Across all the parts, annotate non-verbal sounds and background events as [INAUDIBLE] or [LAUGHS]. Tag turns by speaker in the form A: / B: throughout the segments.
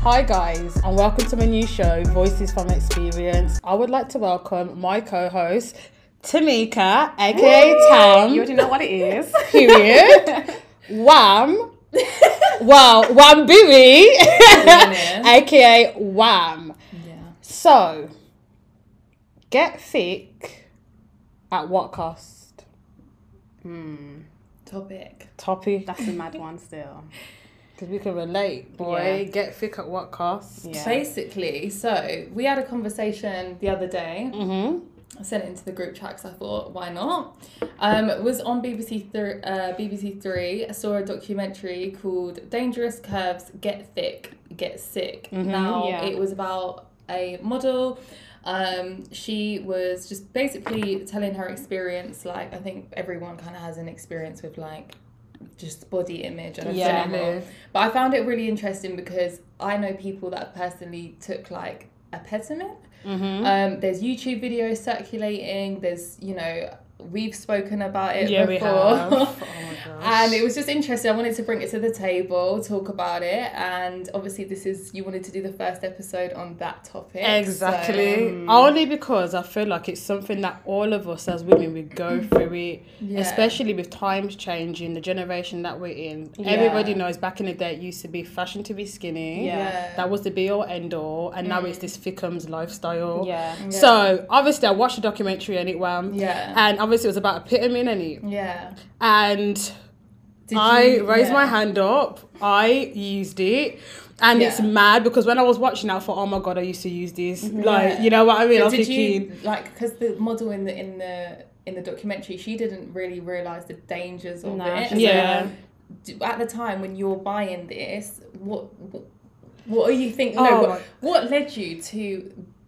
A: Hi, guys, and welcome to my new show, Voices from Experience. I would like to welcome my co host, Tamika, aka Tam. [LAUGHS]
B: You already know what it [LAUGHS] is.
A: period. Wham. Well, Wham [LAUGHS] Booey,
B: yeah.
A: aka Wham. So, get thick at what cost?
C: topic.
A: Toppy.
B: That's a mad one still.
A: Because we can relate, boy.
B: Yeah.
A: Get thick at what cost?
B: Yeah.
C: Basically, so we had a conversation the other day.
A: Mm-hmm.
C: I sent it into the group chat 'cause I thought, why not? Um, it was on BBC Three. Uh, BBC Three. I saw a documentary called "Dangerous Curves: Get Thick, Get Sick." now
B: Mm-hmm, yeah.
C: it was about a model. Um, she was just basically telling her experience. Like I think everyone kind of has an experience with like just body image and
A: Yeah.
C: general But I found it really interesting because I know people that personally took like a Petamin.
A: Mm-hmm.
C: Um, there's YouTube videos circulating. There's you know we've spoken about it
A: Yeah, we
C: before. [LAUGHS]
A: [LAUGHS] have. Oh my gosh.
C: And it was just interesting. I wanted to bring it to the table, talk about it, and obviously this is you wanted to do the first episode on that topic. so-
A: Exactly.
B: um,
A: Only because I feel like it's something that all of us as women we
B: [LAUGHS]
A: go through it,
C: Yeah.
A: especially with times changing, the generation that we're in.
B: Yeah.
A: Everybody knows back in the day it used to be fashion to be skinny.
B: Yeah. Mm.
A: That was the be all end all, and now it's this thickums lifestyle.
B: Yeah.
A: So obviously, I watched the documentary and it wham,
C: yeah.
A: and obviously it was about epitome and it,
C: Yeah.
A: and
C: Did
A: I
C: you-
A: raised
C: yeah.
A: my hand up. I used it. And it's
C: Yeah.
A: mad because when I was watching, I thought, oh my god, I used to use this. Like,
C: Yeah.
A: you know what I mean? I
C: But
A: was
C: did
A: thinking,
C: you like because the model in the in the in the documentary she didn't really realize the dangers of
B: No,
C: it.
B: she
C: So,
A: Yeah.
C: d- at the time when you're buying this, what what, what are you thinking?
A: Oh
C: no,
A: my-
C: what, what led you to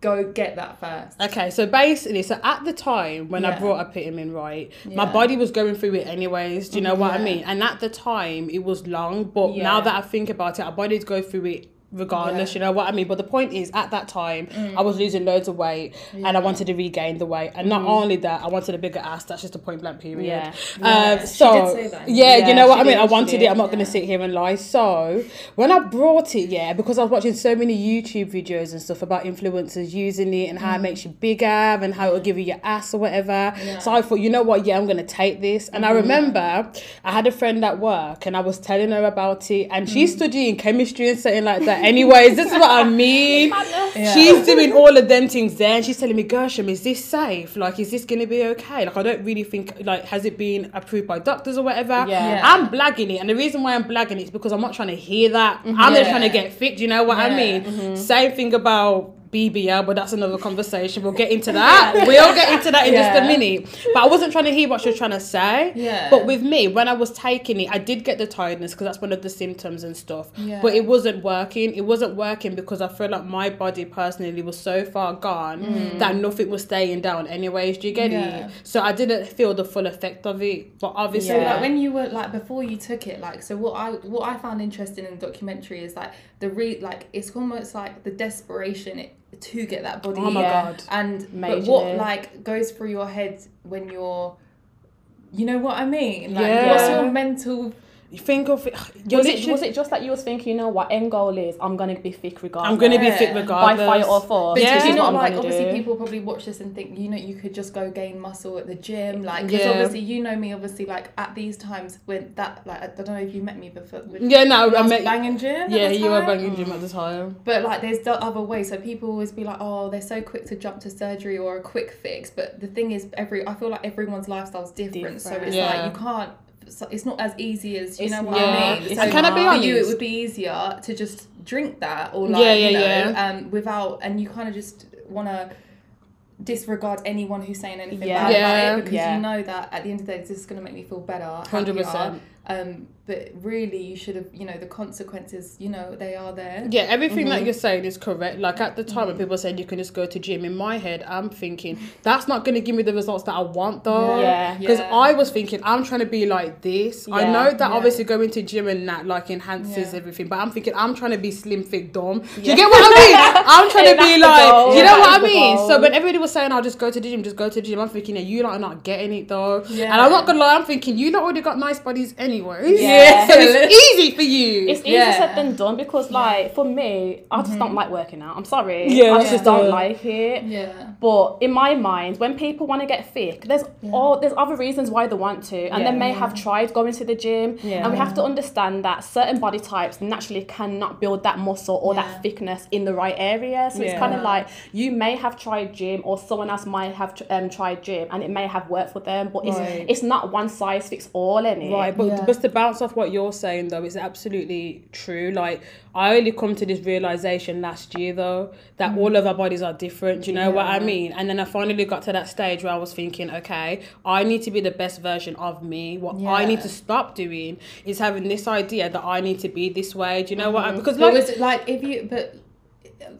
C: go get that first?
A: Okay, so basically, so at the time when I
C: Yeah.
A: brought epitome right, my
C: Yeah.
A: body was going through it anyways. Do you know what I
C: Yeah.
A: mean? And at the time, it was long, but now
C: Yeah.
A: that I think about it, our bodies go through it regardless.
C: Yeah. Mm.
A: You know what I mean? But the point is, at that time, I was losing loads of weight, and I wanted to regain the weight. And not only that, I wanted a bigger ass. That's just a point blank period.
B: Yeah.
C: Mm-hmm. Yeah,
A: Um,
C: she
A: so
C: did say that.
A: yeah, you
B: Yeah,
A: know what
B: she
A: I mean.
B: did,
A: I
B: she
A: wanted
B: did,
A: it. I'm not gonna
C: yeah.
A: sit here and lie. So when I brought it, yeah, because I was watching so many YouTube videos and stuff about influencers using it and how it makes you bigger and how it'll give you your ass or whatever. So I thought, you know what? Yeah, I'm gonna take this. And I remember I had a friend at work and I was telling her about it, and she's studying chemistry and something like that. Anyways, this is what I mean.
C: Yeah.
A: She's doing all of them things there, and she's telling me, Gershom, is this safe? Like, is this gonna be okay? Like, I don't really think like has it been approved by doctors or whatever.
B: Yeah.
C: Yeah.
A: I'm blagging it, and the reason why I'm blagging it is because I'm not trying to hear that. I'm just
C: Yeah.
A: trying to get fit. Do you know what I
C: Yeah. Mm-hmm.
A: mean? Same thing about. BBL, but that's another conversation. We'll get into that. We'll get into that in just a
C: Yeah.
A: minute. But I wasn't trying to hear what she was trying to say.
C: Yeah.
A: But with me, when I was taking it, I did get the tiredness because that's one of the symptoms and stuff.
C: Yeah.
A: But it wasn't working. It wasn't working because I feel like my body personally was so far gone that nothing was staying down. Anyways, do you get
C: Mm. Yeah.
A: it? So I didn't feel the full effect of it. But obviously,
C: So
B: Yeah.
C: like when you were like before you took it like so what I what I found interesting in the documentary is like the re like it's almost like the desperation it, to get that body
A: oh my
B: Yeah.
A: god,
C: and but
B: Majorly.
C: what like goes through your head when you're you know what I mean like
A: Yeah.
C: what's your mental
A: you think of it. [SIGHS] You're
B: Was it,
A: literally,
B: was it just that you was thinking, you know what, end goal is I'm gonna be thick regardless.
A: I'm gonna be fit
C: Yeah.
B: by
A: regardless.
B: fire or force.
C: But
A: Yeah.
B: This
C: did
B: is what
C: you not
B: I'm
C: like
B: gonna
C: obviously
B: do.
C: people probably watch this and think you know you could just go gain muscle at the gym like 'cause
A: Yeah.
C: obviously you know me obviously like at these times when that like I don't know if you met me before with
A: Yeah, no,
C: when
A: I
C: was
A: met.
C: banging gym at
A: Yeah,
C: the
A: you were
C: time.
A: banging gym at the time.
C: But like, there's the other way. So people always be like, oh, they're so quick to jump to surgery or a quick fix. But the thing is, every I feel like everyone's lifestyle's different. So
B: Different.
C: it's
A: Yeah.
C: like you can't. So it's not as easy as you
B: It's
C: know what
A: Yeah,
C: I mean.
B: it's
C: So
A: and can I be
B: not-
C: for you, it
A: honest?
C: would be easier to just drink that or like
A: Yeah, yeah,
C: you know,
A: yeah.
C: um, without and you kind of just want to disregard anyone who's saying anything
B: Yeah.
C: bad
A: Yeah.
C: about it because
B: Yeah.
C: you know that at the end of the day, this is gonna make me feel better.
A: Hundred
C: happier.
A: percent.
C: Um, but really, you should have you know the consequences. You know they are there.
A: Yeah, everything
B: Mm-hmm.
A: that you're saying is correct. Like at the time
B: Mm.
A: when people said you can just go to gym, in my head, I'm thinking that's not going to give me the results that I want though.
B: Yeah.
A: Because
C: Yeah.
A: I was thinking I'm trying to be like this. I
B: Yeah.
A: know that
C: Yeah.
A: obviously going to gym and that like enhances
C: Yeah.
A: everything, but I'm thinking I'm trying to be slim, thick, dumb. Do you
B: Yeah.
A: get what I
B: [LAUGHS]
A: mean? I'm trying to
B: And that's
A: be
B: the
A: like,
B: goal.
A: you
B: Yeah,
A: know
B: that
A: what
B: is
A: I
B: the
A: mean? So
B: goal.
A: when everybody was saying I'll just go to the gym, just go to the gym, I'm thinking yeah, you lot are not getting it though.
C: Yeah.
A: And I'm not gonna lie, I'm thinking you lot already got nice bodies you won't.
B: Yeah.
A: [LAUGHS] So
B: [LAUGHS]
A: it's easy for you.
B: It's easier said
C: Yeah.
B: than done because, like, for me, I just don't like working out. I'm sorry.
A: Yeah,
B: I
A: that's
B: just
A: just
B: don't
A: a-
B: like it.
C: Yeah.
B: But in my mind, when people want to get thick, there's all there's other reasons why they want to, and they
A: Yeah.
B: may have tried going to the gym,
A: Yeah.
B: and we have to understand that certain body types naturally cannot build that muscle or
C: Yeah.
B: that thickness in the right area. So it's
A: Yeah.
B: kind of like you may have tried gym, or someone else might have tr- um, tried gym, and it may have worked for them, but it's
A: Right.
B: it's not one size fits all in it.
A: Right, but
C: Yeah.
A: but to bounce off what you're saying though, it's absolutely true. Like I only come to this realization last year though that all of our bodies are different. Do you know what I mean? And then I finally got to that stage where I was thinking, okay, I need to be the best version of me. What I need
C: Yeah.
A: to stop doing is having this idea that I need to be this way. Do you know what? I, because
C: But
A: like,
C: was it like if you but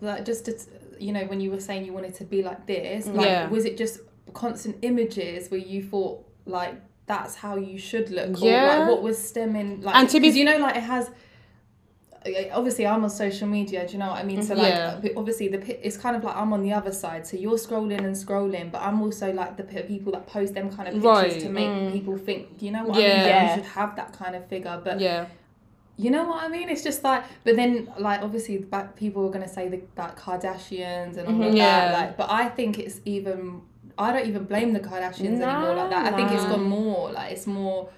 C: like just to, you know when you were saying you wanted to be like this, like
A: Yeah.
C: was it just constant images where you thought like that's how you should look? Or
A: Yeah.
C: like what was stemming like
A: And to be-
C: 'cause you know like it has obviously I'm on social media, do you know what I mean? So like
A: Yeah.
C: but obviously the pi- it's kind of like I'm on the other side. So you're scrolling and scrolling, but I'm also like the pe- people that post them kind of pictures
A: Right. Mm.
C: to make people think, you know what I
A: Yeah.
C: mean? That
B: Yeah.
C: you should have that kind of figure. But
A: yeah,
C: you know what I mean? It's just like, but then like obviously back people are gonna say the like Kardashians and all of
A: Mm-hmm. Yeah.
C: that. Like, but I think it's even. I don't even blame the Kardashians
B: Nah,
C: anymore like that. I think it's
B: nah.
C: gone more like it's more.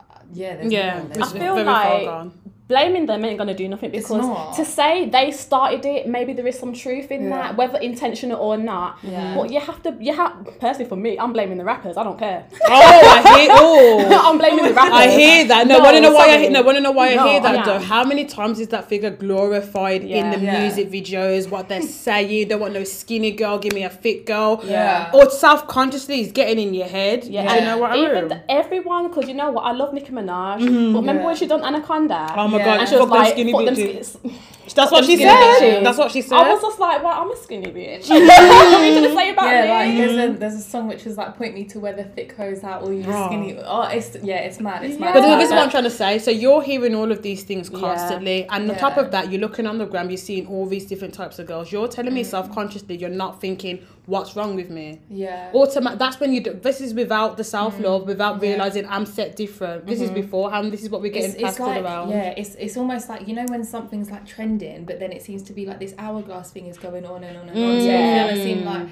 C: uh, Yeah. There's
A: yeah.
C: more,
A: it's
C: there's
B: I
C: more.
B: feel like- blaming them ain't gonna do nothing
C: It's
B: because
C: not.
B: to say they started it, maybe there is some truth in
C: Yeah.
B: that, whether intentional or not.
C: Yeah.
B: But you have to, you have personally for me, I'm blaming the rappers. I don't care.
A: oh, I hear oh. [LAUGHS]
B: [LAUGHS] I'm blaming the rappers.
A: I hear that. No, wanna know why I
B: sorry.
A: hear no wanna know why
B: No,
A: I hear that
B: yeah.
A: though. How many times is that figure glorified in
B: Yeah.
A: the
C: Yeah.
A: music videos, what
B: [LAUGHS]
A: they're saying, they want no skinny girl, give me a fit girl.
C: Yeah.
A: Or self consciously is getting in your head. Yeah. Do you know what I
B: Even
A: mean?
B: th- everyone, because you know what, I love Nicki Minaj, but remember
C: Yeah.
B: when she done Anaconda?
A: Mm-hmm. Oh my
C: Yeah.
A: god,
B: and
A: and
B: she was
A: fuck them
B: like,
A: skinny
B: fuck them
A: bitches.
B: skinny-
A: That's what she
B: skinny
A: said.
B: bitches.
A: That's what she said.
B: I was just like, well, I'm a
A: [LAUGHS]
B: skinny bitch. what are you gonna say about
C: Yeah, like
B: me?
C: there's
A: Mm-hmm.
C: a there's a song which is like point me to where the thick hoes out or you
A: Bruh.
C: skinny. Oh, it's yeah, it's mad. It's mad.
A: But
B: Yeah.
A: this is
C: Like,
A: what I'm trying to say. So you're hearing all of these things constantly, and on
C: Yeah.
A: top of that, you're looking on the gram, you're seeing all these different types of girls. You're telling me
B: Mm.
A: self-consciously, you're not thinking, "What's wrong with me?"
C: Yeah.
A: automatic that's when you do, this is without the self-love
C: Mm.
A: without realizing i'm set different this is beforehand this is what we're getting
C: Mm-hmm. it's, it's
A: plastered
C: like,
A: around
C: Yeah, it's it's almost like you know when something's like trending, but then it seems to be like this hourglass thing is going on and on and on. So
B: Mm.
C: it's gonna seem like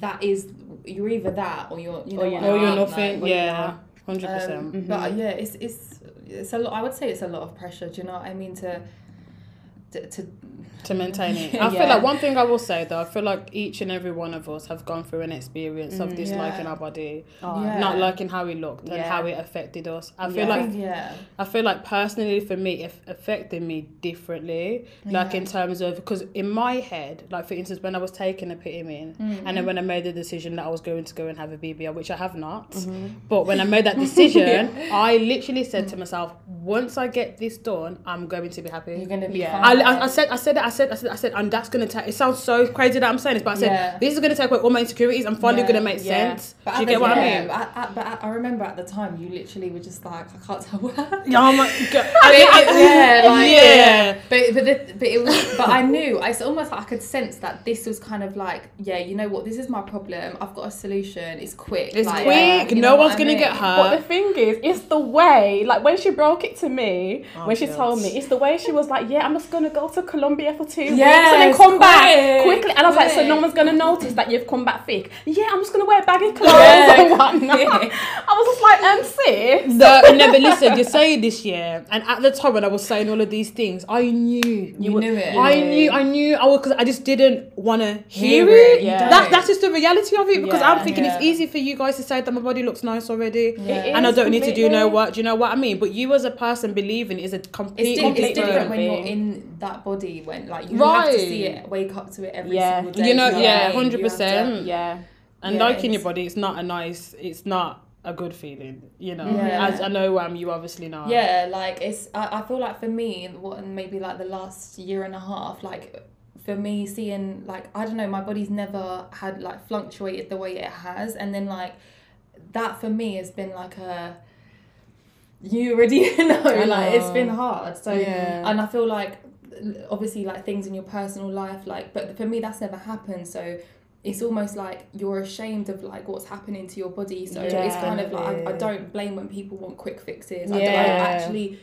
C: that is you're either that or you're you know
B: Or you're
C: what I
A: or you're
C: mean,
A: nothing
C: like,
A: yeah Mm-hmm. 100%
C: um, But yeah, it's it's it's a lot. I would say it's a lot of pressure. Do you know what I mean? To to, to
A: to maintain
C: [LAUGHS]
A: it i feel
B: Yeah.
A: like one thing i will say though i feel like each and every one of us have gone through an experience of disliking
C: Mm, Yeah.
A: our body
B: Oh,
C: Yeah.
A: not liking how it looked and
B: Yeah.
A: how it affected us i feel
B: Yeah.
C: I
A: like
C: think, yeah,
A: I feel like personally for me, it affected me differently. Like in terms of because in my head, like for instance, when I was taking a pit in, and
C: Mm-hmm.
A: then when I made the decision that I was going to go and have a BBL, which I have not,
C: Mm-hmm.
A: but when I made that
C: [LAUGHS]
A: decision, I literally said to myself, once I get this done, I'm going to be happy.
C: you're gonna be
B: Yeah.
C: fine.
A: I, I, I said I said it, I said I said I said and that's gonna take it sounds so crazy that I'm saying this but I said
C: Yeah.
A: this is gonna take away all my insecurities I'm finally
C: Yeah,
A: gonna make
B: yeah.
A: sense do
C: But
A: you
C: at the-
A: get what
C: yeah,
A: I mean
C: But, I, but uh, I, I remember at the time you literally were just like, I can't tell [LAUGHS] what.
A: yeah, I'm
C: [LAUGHS]
A: like, go-
C: yeah, like,
A: Yeah.
C: yeah. But but the, but it was but I knew I s- almost like I could sense that this was kind of like yeah you know what this is my problem I've got a solution it's quick
A: It's
C: like,
A: quick.
C: you
A: no
C: know
A: one's
C: what I
A: gonna
C: mean?
A: get hurt.
B: But the thing is, it's the way, like when she broke it to me,
A: Oh,
B: when she
A: God.
B: told me, it's the way she was like, Yeah, I'm just gonna go to Colombia for two weeks and then
C: Yes,
B: come back
C: quick,
B: quickly. And I was like, So
C: quick.
B: no one's gonna notice that you've come back thick. Yeah, I'm just gonna wear baggy clothes [LAUGHS]
C: Yeah,
B: and whatnot.
C: quick.
B: I was just like, Um, sis.
A: No, no, but listen, you're saying this year, and at the time when I was saying all of these things, I knew.
C: you knew it
A: I knew, I knew, I was, because I just didn't want to hear
C: Hear
A: it.
C: it, you
A: That-
C: don't.
A: that's just the reality of it because
B: Yeah.
A: I'm thinking it's
C: Yeah.
A: easy for you guys to say that my body looks nice already,
C: Yeah. It
A: and I
B: is
A: don't need to do no
B: completely.
A: work. Do you know what I mean? But you as a person believing is a complete,
C: it's, di- it's
A: complete
C: different when
B: different
C: you're in that body when like you have
A: Right.
C: to see it wake up to it every
B: Yeah.
C: single day
A: You know,
C: You what I
A: yeah,
C: mean? You have to-
A: hundred percent.
B: Yeah.
A: And
C: Yeah,
A: liking your
C: it's-
A: body, it's not a nice, it's not a good feeling. You know,
C: Yeah.
A: as I know, um, you obviously know.
C: yeah like it's I, I feel like for me and what and maybe like the last year and a half like for me seeing like i don't know my body's never had like fluctuated the way it has and then like that for me has been like a you already [LAUGHS] know
A: I
C: like it's
A: know.
C: been hard so
A: Yeah.
C: and i feel like obviously like things in your personal life like but for me that's never happened so it's almost like you're ashamed of like what's happening to your body. So it's kind of like I, I
A: Definitely.
C: don't blame when people want quick fixes. I, don't, I
A: Yeah.
C: actually.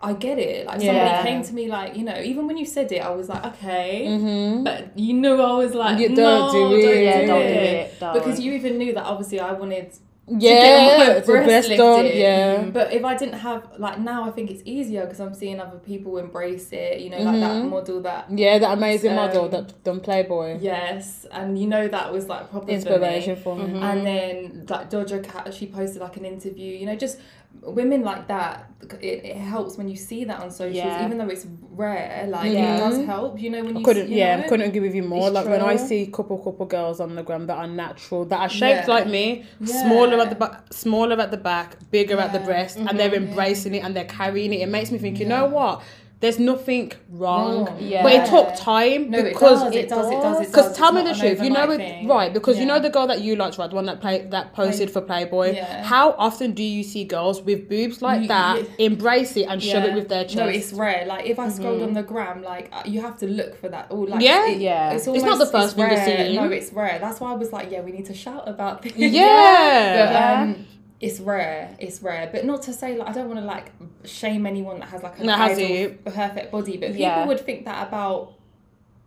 C: I get it. Like
A: Yeah.
C: somebody came to me, like you know, even when you said it, I was like, okay,
A: Mm-hmm.
C: but you knew I was like,
A: You
C: no,
A: don't do it.
C: don't
B: yeah,
C: do
B: don't do
C: it.
B: it. Don't.
C: Because you even knew that obviously I wanted
A: Yeah,
C: my
A: it's the
C: breast
A: best done.
C: lifted.
A: Yeah.
C: But if I didn't have like now, I think it's easier because I'm seeing other people embrace it. You know, like that
A: Mhm.
C: model that
A: Yeah, that amazing
C: Um,
A: model, that done Playboy.
C: yes, and you know that was like proper
A: Inspiration for me.
B: Mhm.
C: And then like Dodger Cat, she posted like an interview. You know, just women like that. It, it helps when you see that on socials,
B: Yeah.
C: even though it's rare. Like
A: Yeah.
C: it does help. You know when
A: I
C: you
A: couldn't,
C: you
A: yeah,
C: know?
A: couldn't agree with you more.
C: It's
A: Like when I
C: true.
A: see couple couple girls on the gram that are natural, that are shaped
C: Yeah.
A: like me,
C: Yeah.
A: smaller at the back, smaller at the back, bigger at the
C: Yeah. Mm-hmm.
A: breast, and they're embracing it and they're carrying it. It makes me think, you know what? There's nothing wrong,
C: Wrong.
B: Yeah.
A: but it took time
C: No,
A: because
C: it, does, it does. It does. It does.
A: Because tell
C: It's
A: me
C: not
A: the
C: an
A: truth, you know
C: overnight
A: it
C: thing.
A: right? Because you
C: Yeah.
A: know the girl that you liked, right? The one that play that posted for Playboy.
C: Yeah.
A: How often do you see girls with boobs like
C: You-
A: that
C: you-
A: embrace it and shove it
C: Yeah.
A: with their chest? Mm-hmm.
C: No, it's rare. Like if I scrolled on the gram, like uh, you have to look for that. All like
A: Yeah.
C: it-
B: Yeah.
C: It's,
A: It's
C: almost,
A: not the first one
C: rare.
A: you're seeing.
C: No, it's rare. That's why I was like, yeah, we need to shout about this.
A: Yeah.
C: [LAUGHS] But, um, it's rare. It's rare, but not to say like I don't want to like shame anyone that has like an
A: That has
C: ideal
A: it.
C: perfect body, but
B: Yeah.
C: people would think that about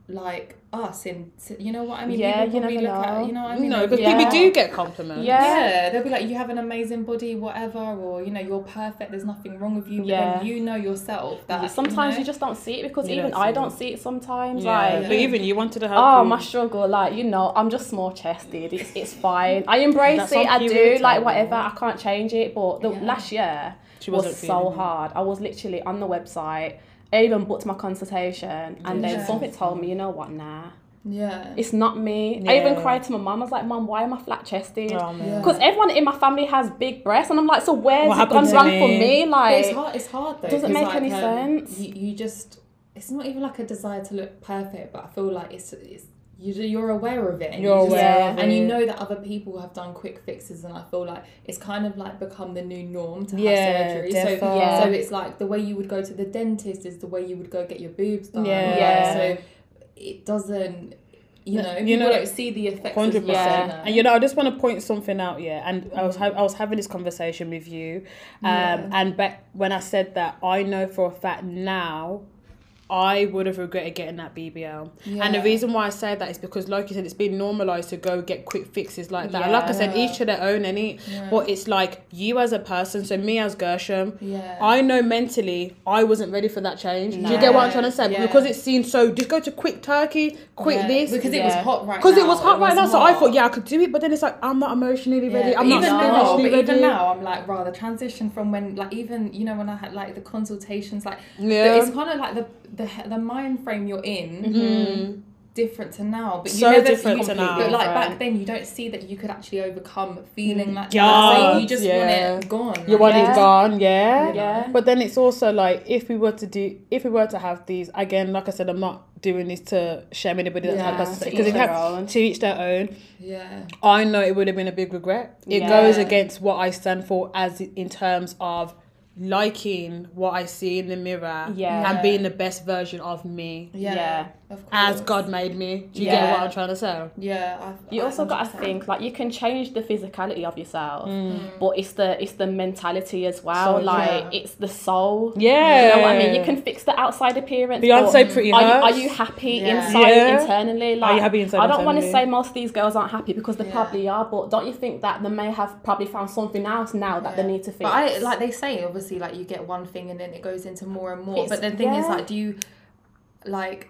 C: like us in you know what I mean.
B: Yeah,
C: people
B: you
C: probably
B: never
C: look
B: know.
C: At, you know what I mean.
A: no,
C: Like,
A: because
B: Yeah.
A: people do get compliments.
B: Yeah.
C: yeah, they'll be like, you have an amazing body, whatever, or you know, you're perfect. There's nothing wrong with you. But
B: Yeah.
C: then you know yourself that
B: sometimes
C: know-
B: you just don't see it because
A: You
B: even
A: don't
B: I
A: see
B: don't
A: it.
B: see it sometimes.
A: Yeah,
B: Like,
A: but even you wanted to help.
B: oh,
A: you.
B: my struggle, like you know, I'm just small chested. It's, it's fine. I embrace
A: That's
B: it.
A: how
B: I
A: cute
B: do
A: it
B: like
A: is.
B: whatever. I can't change it. But the
C: Yeah.
B: last year
A: She
B: was
A: wasn't
B: so
A: feeling it.
B: hard. I was literally on the website. I even booked my consultation, and then
C: Yeah.
B: something told me, you know what, nah,
C: yeah.
B: it's not me. I even
A: Yeah.
B: cried to my mum. I was like, mum, why am I flat chested?
A: Oh, man.
C: Yeah.
B: Because everyone in my family has big breasts, and I'm like, so where's
A: What
B: it gone
A: happened to
B: wrong
A: me?
B: for me?
C: But
B: Like,
C: it's hard. It's hard though.
B: Doesn't
C: 'cause, um,
B: make any sense.
C: You, you just. It's not even like a desire to look perfect, but I feel like it's it's you, you're aware of it. And you
A: You're
C: just-
A: aware
B: Yeah.
A: of
C: And you
A: it.
C: know that other people have done quick fixes, and I feel like it's kind of like become the new norm to
A: Yeah,
C: have surgery. So,
A: defo.
B: Yeah.
C: so it's like the way you would go to the dentist is the way you would go get your boobs done.
A: Yeah.
C: Like,
B: Yeah.
C: so it doesn't, you know,
A: you
C: you
A: know-
C: don't see the effects.
A: Hundred percent.
C: Yeah.
A: And you know, I just want to point something out. Yeah, and I was ha- I was having this conversation with you, um,
C: Yeah.
A: and but when I said that, I know for a fact now. I would have regretted getting that BBL. And the
C: Yeah.
A: reason why I say that is because, like you said, it's been normalised to go get quick fixes like that. And Like I said,
C: Yeah.
A: each to their own, any.
C: Yeah.
A: But it's like you as a person, so me as Gershom,
C: Yeah.
A: I know mentally I wasn't ready for that change. Do you
B: No.
A: get what I'm trying to say? But
C: Yeah.
A: Because it seemed so, just go to quick turkey, quick
C: Yeah,
A: this.
C: because it
B: yeah.
C: was hot right.
A: Because it was
C: now,
A: hot right now, so I
C: hot.
A: thought, yeah, I could do it, but then it's like, I'm not emotionally ready. I'm not
C: even now,
A: spiritually
C: but
A: ready.
C: even now, I'm like, rather transition from when, like, even you know, when I had like the consultations, like,
A: Yeah.
C: the- it's kind of like the the the mind frame you're in. Different to now, but
A: Mm-hmm.
C: you
A: So
C: never,
A: different
C: you,
A: to now.
C: But like
B: Different.
C: back then, you don't see that you could actually overcome
B: Mm.
C: feeling like that. So
A: Yes,
C: you just
A: yeah.
C: want it gone.
A: Your body's
B: Yeah.
A: gone, yeah.
B: Yeah.
A: But then it's also like if we were to do, if we were to have these again, like I said, I'm not doing this to shame anybody that's
C: Yeah,
A: had plastic
B: to
A: surgery because
B: each
A: it
B: their own.
A: have to each their own.
C: yeah,
A: I know it would have been a big regret. It
B: Yeah.
A: goes against what I stand for, as in terms of liking what I see in the mirror
B: Yeah.
A: and being the best version of me
C: yeah,
B: Yeah.
C: Of course.
A: as God made me. Do you
B: Yeah.
A: get what I'm trying to say?
C: Yeah, I,
B: you
C: I
B: also got to
C: 100%.
B: think like you can change the physicality of yourself
C: Mm.
B: but it's the it's the mentality as well
A: So,
B: like
C: yeah.
B: it's the soul
A: Yeah.
B: you know what i mean you can fix the outside appearance but
A: Beyonce, pretty
B: are you,
A: Hurts.
B: are you happy
C: Yeah.
B: inside
A: Yeah.
B: internally like
A: you happy inside
B: i don't want to
A: internally?
B: say most of these girls aren't happy because they
C: Yeah.
B: probably are but don't you think that they may have probably found something else now that
C: Yeah.
B: they need to fix
C: But I, like they say, obviously, like you get one thing and then it goes into more and more.
B: It's-
C: but the thing is,
B: yeah.
C: like, do you like?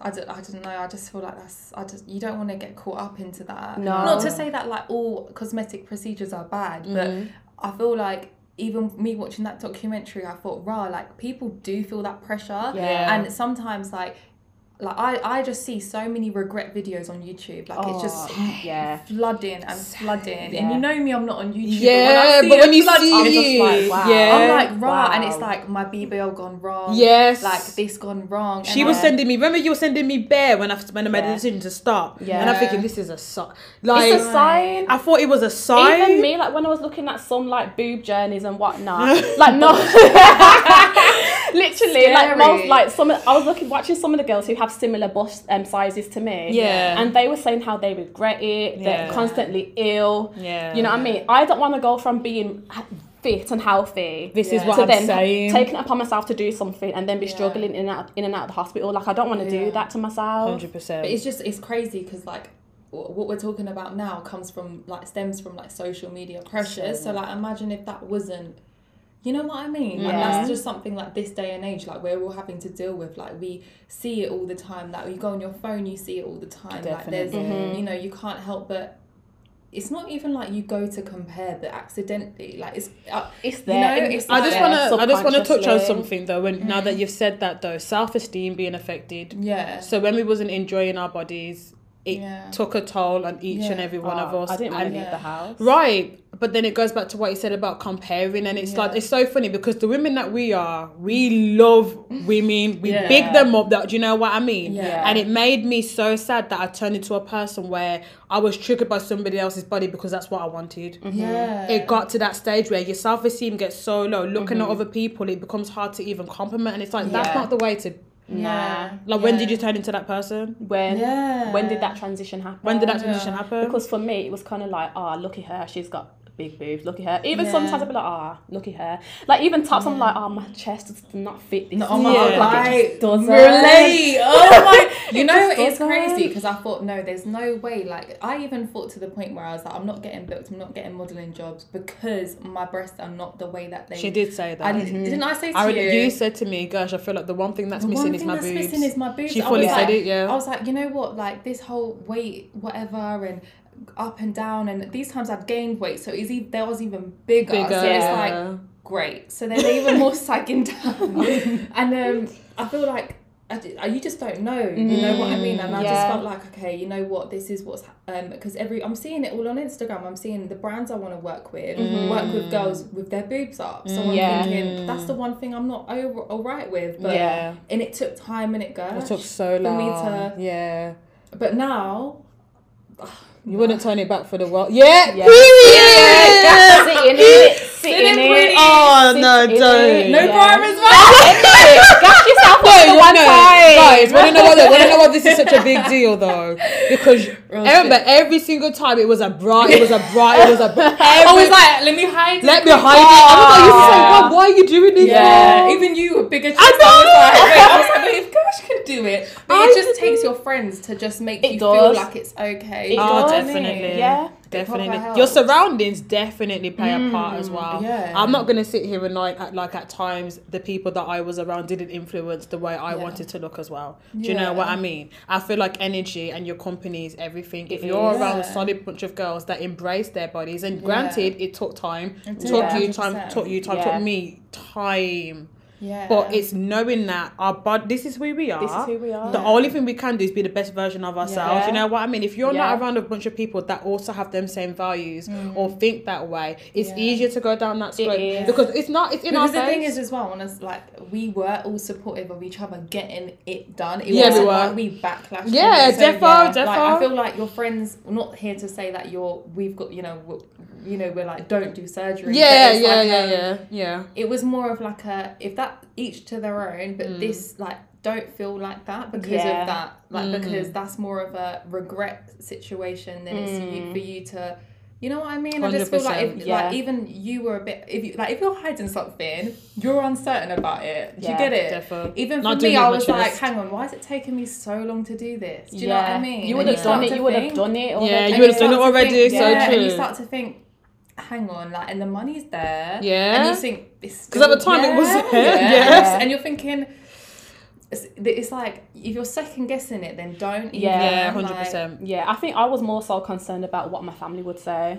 C: I don't, I don't know. I just feel like that's. I just you don't want to get caught up into that.
B: No.
C: Not to say that like all cosmetic procedures are bad,
B: Mm-hmm.
C: but I feel like even me watching that documentary, I thought, rah, like people do feel that pressure.
B: Yeah.
C: And sometimes like. Like I, I just see so many regret videos on YouTube. Like it's just
B: Oh, yeah
C: flooding and flooding. And
B: Yeah.
C: you know me, I'm not on YouTube.
A: Yeah,
C: but
A: but
C: when I
A: when
C: see
A: you
C: a flood,
A: see
C: I'm
B: just
A: it,
B: like, wow.
A: yeah,
C: I'm like right, and it's
B: Wow.
C: like my BBL gone wrong.
A: Yes.
C: like this gone wrong.
A: she
C: and
A: was
C: I'm-
A: sending me. Remember, you were sending me bear when I when I made
B: Yeah.
A: the decision to stop.
B: Yeah.
A: and I'm thinking this is a sign. Like
B: it's a sign
A: I thought it was a sign.
B: Even
A: [LAUGHS]
B: me, like when I was looking at some like boob journeys and whatnot, like no, like [LAUGHS] Literally, like most,
C: Scary.
B: like some. I was looking watching some of the girls who have similar bust um, sizes to me.
D: Yeah.
B: and they were saying how they regret it.
D: Yeah.
B: They're constantly ill.
D: Yeah.
B: you know what I mean. I don't want to go from being h- fit and healthy.
A: This is
C: Yeah.
A: what
B: to
A: I'm
B: then
A: saying.
B: taking it upon myself to do something and then be
C: Yeah.
B: struggling in and out in and out of the hospital. Like I don't want to
C: Yeah.
B: do that to myself.
A: Hundred
C: But
A: percent.
C: it's just it's crazy because like wh- what we're talking about now comes from like stems from like social media pressures. So like imagine if that wasn't. You know what I mean? Like
B: Yeah.
C: that's just something like this day and age, like we're all having to deal with. Like we see it all the time. Like you go on your phone, you see it all the time. Like there's,
B: Definitely.
A: Mm-hmm.
C: you know, you can't help but. It's not even like you go to compare, but accidentally, like it's. Uh,
B: It's
C: You
B: there.
C: know,
B: in-
C: it's
B: like,
A: I just
C: Yeah,
A: wanna, I just wanna touch on
B: subconsciously. Mm.
A: something though. When now that you've said that though, self esteem being affected.
C: yeah.
A: So when we wasn't enjoying our bodies, it
C: Yeah.
A: took a toll on each and
C: Yeah.
A: every one of
B: Oh,
A: us.
B: I didn't want
A: And-
B: to leave
C: Yeah.
B: the house.
A: Right, but then it goes back to what you said about comparing, and it's
C: Yeah.
A: like it's so funny because the women that we are, we love women, we
C: Yeah.
A: big them up. That do you know what I mean?
C: Yeah.
A: And it made me so sad that I turned into a person where I was triggered by somebody else's body because that's what I wanted.
C: Mm-hmm. yeah. Mm-hmm.
A: It got to that stage where your self esteem gets so low, looking at other people, it becomes hard to even compliment, and it's like that's
B: Yeah.
A: not the way to.
C: Yeah.
A: Like, when did
C: Yeah.
A: you turn into that person?
B: When
C: Yeah.
B: when did that transition happen?
A: When did that
C: Yeah.
A: transition happen?
C: Um,
B: Because for me, it was kind of like, ah, look at her, she's got big boobs. Look at her. Even
C: Yeah.
B: sometimes I'd be like, ah, look at her. Like even tops, I'm like, ah, my chest does not fit this.
C: No, oh
B: top.
C: my
A: Yeah.
C: god,
B: Like, it
C: like,
B: just doesn't.
C: relate. Oh my, you know
B: just
C: it's
B: doesn't.
C: crazy because I thought no, there's no way. Like I even thought to the point where I was like, I'm not getting booked, I'm not getting modeling jobs because my breasts are not the way that they.
A: she did say that.
C: I, Didn't I say to
A: I
C: you?
A: really, you said to me, "Gosh, I feel like the one thing that's
C: the
A: missing
C: one
A: is
C: thing
A: my
C: that's
A: boobs."
C: missing is my boobs.
A: She
C: I
A: fully
C: was
A: said
C: like-
A: it, yeah.
C: I was like, you know what? Like this whole weight, whatever, and up and down, and these times I've gained weight, so is e-, there was even bigger.
A: Bigger,
C: So it's like
A: yeah.
C: great. So then they're [LAUGHS] even more sagging down. and um, I feel like I ju- I- you just don't know. You know what I mean? And I just
B: Yeah.
C: felt like, okay, you know what? This is what's because every I'm seeing it all on Instagram. I'm seeing the brands I want to work with work with girls with their boobs up. So I'm
B: Yeah.
C: thinking that's the one thing I'm not over, all right with. But
A: Yeah.
C: and it took time and it goes.
A: It took so
C: for me
A: long.
C: to-
A: Yeah,
C: but now
A: you wouldn't turn it back for the world. Yeah, [LAUGHS]
B: Yeah.
A: period.
B: Sit in it. Sit
C: Sit
B: in
C: in
B: it.
C: pretty.
A: Oh
B: Sit
A: no,
B: in it.
A: don't.
C: no
B: Yeah.
C: bra as well.
B: Gash yourself
A: No,
B: up to
A: you
B: one
A: know,
B: side.
A: guys, want to know what? Want to know why this is such a big deal though?
C: [LAUGHS]
A: Because
C: Real
A: I remember every single time it was a bra, it was a bra, it was a bra.
C: [LAUGHS] I
A: Every,
C: was like, Oh, let me hide.
A: let me hide it. I was like, you say, "God, why are you doing this?"
C: Yeah,
A: for?"
C: even you were bigger. Chest,
A: I
C: I,
A: know.
C: was like, [LAUGHS] wait, I was like, but if Gosh could do it, but
A: I
C: it just
A: didn't-
C: takes your friends to just make
B: It
C: you feel
B: does.
C: like it's okay.
B: It
C: You know
A: Oh,
B: does.
C: what I mean?
A: definitely.
B: Yeah.
A: Definitely.
C: proper
A: Your
C: helps.
A: surroundings definitely play a
C: Mm.
A: part as well. Um,
C: yeah.
A: I'm not going to sit here and like, act like at times the people that I was around didn't influence the way I
C: Yeah.
A: wanted to look as well. Do you know
C: Yeah.
A: what I mean? I feel like energy and your company is everything. If
B: It
A: you're
C: is.
A: around a
C: Yeah.
A: solid bunch of girls that embrace their bodies, and granted, it took time,
C: It did,
A: took you time,
C: 100%.
A: took you time,
B: Yeah.
A: took me time.
C: Yeah.
A: But it's knowing that our bod this is who we are.
B: This is who we are.
A: The only thing we can do is be the best version of ourselves.
B: Oh. Yeah.
A: You know what I mean? If you're not
B: Yeah. Mm.
A: around a bunch of people that also have them same values or think that way, it's
C: Yeah.
A: easier to go down that slope
B: is.
A: because it's not. It's in
C: because
A: our
C: the
A: face.
C: thing is, as well, on us like we were all supportive of each other, getting it done. It
A: Yeah,
C: wasn't
A: we were.
C: like we backlashed.
A: Yeah,
C: So,
A: defo,
C: Like,
A: defo.
C: I feel like your friends. I'm not here to say that you're. We've got you know. We're, you know we're like don't do surgery. but
A: yeah,
C: it's
A: yeah,
C: like,
A: yeah,
C: um,
A: yeah, yeah.
C: it was more of like a if that each to their own but this like don't feel like that because
B: Mm. Yeah. Mm.
C: of that like because that's more of a regret situation than it's you, for you to you know what I mean? I just feel like if
A: 100%,
B: Mm. yeah.
C: like even you were a bit if you like if you're hiding something, you're uncertain about it. Do you
B: Yeah,
C: get it?
A: defo.
C: Even for
A: Not doing
C: me,
A: it
C: I
A: with
C: was
A: your
C: like,
A: chest.
C: hang on, why is it taking me so long to do this? Do you know what I mean?
B: You
C: And
B: would have
C: start
B: done it.
C: to
B: You would have
C: think-
B: done it.
A: Yeah,
B: already.
A: you would have
C: start
A: done it
C: to
A: already.
C: think-
A: so
C: yeah,
A: true.
C: And you start to think, hang on, like, and the money's there.
A: Yeah.
C: And you think, because
A: at the time it wasn't.
C: Yeah.
A: [LAUGHS] Yeah.
C: And you're thinking, it's, it's like if you're second guessing it, then don't. Even,
B: Yeah.
A: yeah,
C: like-
A: hundred percent.
B: Yeah, I think I was more so concerned about what my family would say.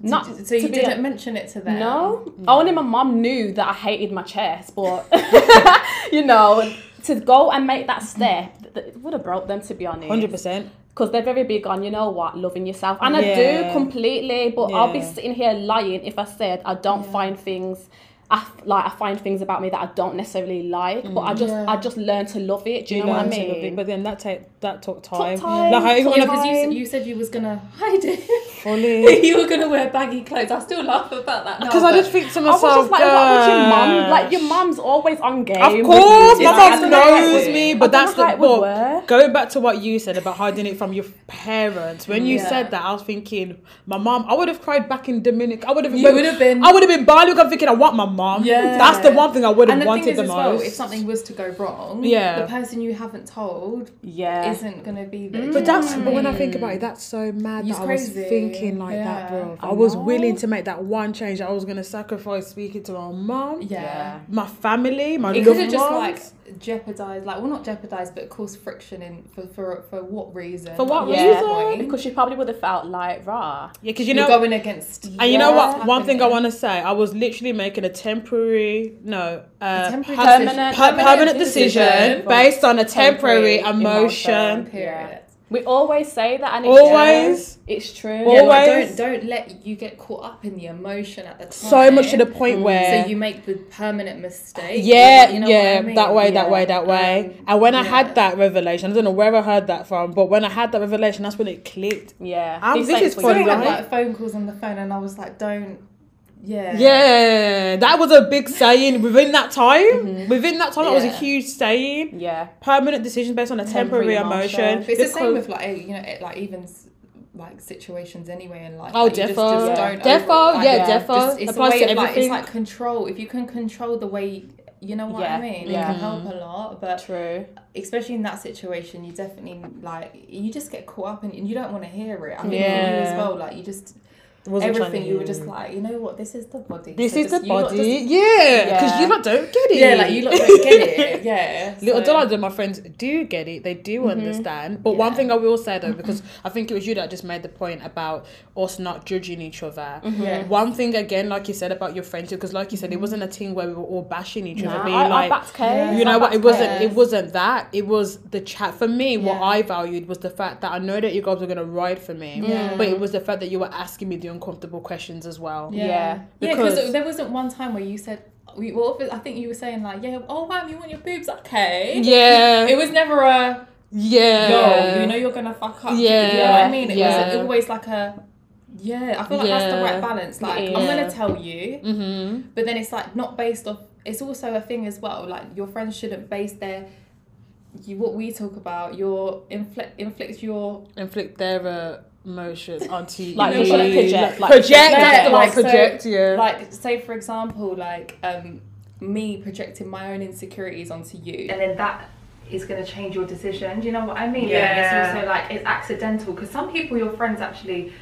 B: Not
C: Hmm. So you
B: to be-
C: didn't mention it to them.
B: No, only my mum knew that I hated my chest, but [LAUGHS] you know, to go and make that step th- th- it would have broke them to be
A: Hundred
B: honest.
A: percent.
B: Because they're very big on you know what loving yourself, and I
A: Yeah.
B: do completely. But I'll be
A: Yeah.
B: sitting here lying if I said I don't find things. I f- like I find things about me that I don't necessarily like, but
A: Mm.
B: I just
C: Yeah.
B: I just learn to love it. Do you, know what I mean?
A: But then that take that took time.
B: time,
A: like I even
B: took
A: wanna-
C: Because you, s-
B: Fine.
A: [LAUGHS]
C: you said you was gonna hide it.
A: Fully.
B: [LAUGHS]
C: [LAUGHS] you were gonna wear baggy clothes. I still laugh about that now.
A: Because I
C: but-
A: just think to
B: I was
A: myself,
B: just like, what would your mum?
A: "Girl."
B: Like your mum's always on game.
A: Of
B: with
A: course,
B: you.
A: my
B: It's like,
A: mum
B: I don't know how it
A: knows
B: would-
A: me,
B: I
A: but
B: don't
A: that's
B: know
A: the
B: how it would
A: but
B: work.
A: going back to what you said about hiding it from your parents. When you
C: Yeah.
A: said that, I was thinking, my mom. I would have cried back in Dominic. I would have.
C: You would have been-
A: I would have been Bali. I'm thinking, I want my mom.
C: Yeah.
A: that's the one thing I would
C: and
A: have
C: the
A: wanted
C: thing is,
A: the
C: as
A: most.
C: well, if something was to go wrong,
A: Yeah.
C: the person you haven't told
B: Yeah.
C: isn't gonna be Mm. there.
A: But that's but when I think about it, that's so mad
C: It's
A: that I
C: crazy.
A: was thinking like that,
C: Yeah.
A: bro. I,
B: I
A: was
B: know.
A: willing to make that one change. I was gonna sacrifice speaking to my mom,
C: yeah.
B: Yeah.
A: my family, my
C: It
A: loved
C: could have just like
A: ones.
C: jeopardized, like well, not jeopardized, but caused friction in for for, for what reason?
A: For what
B: Yeah.
A: reason?
B: Because she probably would have felt like rah.
A: Yeah, because you
C: You
A: know
C: are going against.
A: And you know
B: Yeah.
A: what? One thing I want to say, I was literally making a temporary, no, uh,
C: A temporary
A: pas-
C: decision.
A: per-
B: Permanent-
A: permanent,
B: permanent
A: decision,
B: decision
A: based on a temporary,
B: Temporary
A: emotion.
B: emotion.
C: Period.
B: We always say that, and it's
A: Always.
B: true. it's true.
A: Yeah,
C: But
A: Always.
C: don't don't let you get caught up in the emotion at the time.
A: So much to the point where.
C: So you make the permanent mistake.
A: yeah,
C: you know what I
A: yeah,
C: mean?
A: that way, that
B: Yeah.
A: way, that way. and when I
C: yeah.
A: had that revelation, I don't know where I heard that from, but when I had that revelation, that's when it clicked.
B: yeah,
A: Um,
B: These
A: this
B: things
A: is
B: we
A: funny,
B: do.
C: I had
A: right?
C: like phone calls on the phone, and I was like, don't. Yeah.
A: Yeah, that was a big saying within that time. Within that time, that was a
C: Mm-hmm. Yeah.
A: huge saying.
B: Yeah,
A: Permanent decision based on a temporary,
B: Temporary
A: emotion.
B: emotion.
C: But it's the same
A: Because-
C: with like you know it, like even s- like situations anyway in life.
A: Oh,
C: like, you
A: defo.
B: Yeah.
A: Defo,
C: like,
A: yeah,
B: yeah,
A: defo.
C: Just, it's a
A: applies
C: way
A: to
C: of, like,
A: everything.
C: it's like control. If you can control the way, you know what I
B: Yeah,
C: mean.
B: yeah.
C: It can
A: Mm-hmm.
C: help a lot, but
B: true.
C: especially in that situation, you definitely like you just get caught up in it and you don't want to hear it. I think for you
A: Yeah.
C: as well. Like you just
A: Wasn't trying to
C: everything. You were
A: hear
C: just like, you know what? This is the body.
A: This
C: So
A: is
C: just-
A: the
C: you lot
A: body. yeah, because
B: Yeah.
A: you lot don't get it.
C: Just, yeah, like you lot don't get
A: [LAUGHS]
C: it. Yeah.
A: Little
C: so-
A: Dollar, my friends do get it. They do understand. But one
C: Mm-hmm. Yeah.
A: thing I will say though, because I think it was you that just made the point about us not judging each other.
D: Mm-hmm.
C: Yeah.
A: One thing again, like you said about your friendship, because like you
C: Mm-hmm.
A: said, it wasn't a thing where we were all bashing each other,
B: Nah,
A: being
B: I,
A: like,
B: I backed Kay.
A: you know
B: I
A: what? It
B: backed
A: wasn't.
B: Kay.
A: It wasn't that. It was the chat. For me, what
C: Yeah.
A: I valued was the fact that I know that you guys were gonna ride for me,
C: Yeah.
A: but it was the fact that you were asking me the uncomfortable questions as well.
B: Yeah.
C: Yeah, because
A: Because-
C: there wasn't one time where you said, we, well, I think you were saying, like, yeah, oh, wow, you want your boobs? Okay.
A: Yeah.
C: It was never a, yo,
A: yeah.
C: you know you're going to fuck up.
A: Yeah.
C: You know what I mean? It
A: Yeah.
C: was always like a, yeah, I feel like that's the
A: Yeah.
C: right balance. Like,
B: It
C: I'm
B: is.
C: going to tell you,
A: Mm-hmm.
C: but then it's like not based off, it's also a thing as well. Like, your friends shouldn't base their, you, what we talk about, your inflict, inflict your
A: inflict their uh,
C: [LAUGHS]
A: emotions onto you.
B: Like,
C: they wanna
A: Like,
B: project, like-
A: project. that's
C: Yeah,
A: the one.
C: like, so-
A: project. yeah.
C: like say for example like um me projecting my own insecurities onto you and then that is going to change your decision do you know what i mean yeah and it's also like it's accidental because some people your friends actually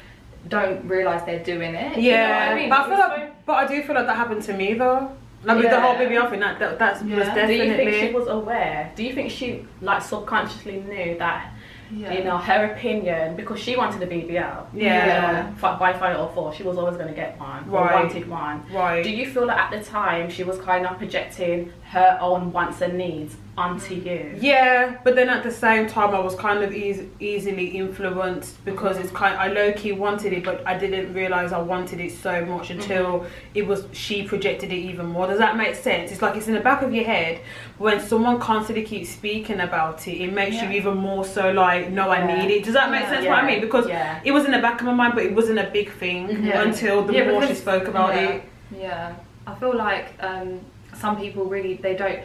C: don't realize they're doing it you know what I mean?
A: like, but I do feel like that happened to me though. Like
C: with the Yeah. whole baby
A: off that, that that's
C: Yeah. was Do
D: Do you think she was aware? Do you think she like subconsciously knew that
C: yeah.
D: you know her opinion because she wanted a BBL? Yeah.
C: Yeah.
D: by five or four, she was always going to get one
A: Right.
D: or wanted one.
A: Right.
D: Do you feel that at the time she was kind of projecting her own wants and needs onto you?
A: Yeah, but then at the same time, I was kind of eas easily influenced because it's kind. I low key wanted it, but I didn't realize I wanted it so much
C: Mm-hmm.
A: until it was she projected it even more. Does that make sense? It's like it's in the back of your head. When someone constantly keeps speaking about it, it makes you
C: Yeah.
A: even more so like, no, I
D: Yeah.
A: need it. Does that make sense? What I
D: Yeah.
A: mean? Because
D: Yeah.
A: it was in the back of my mind, but it wasn't a big thing
C: Mm-hmm. Yeah.
A: until the
C: Yeah,
A: more she
C: because-
A: spoke about
C: yeah.
A: it.
C: Yeah, I feel like um, some people really they don't.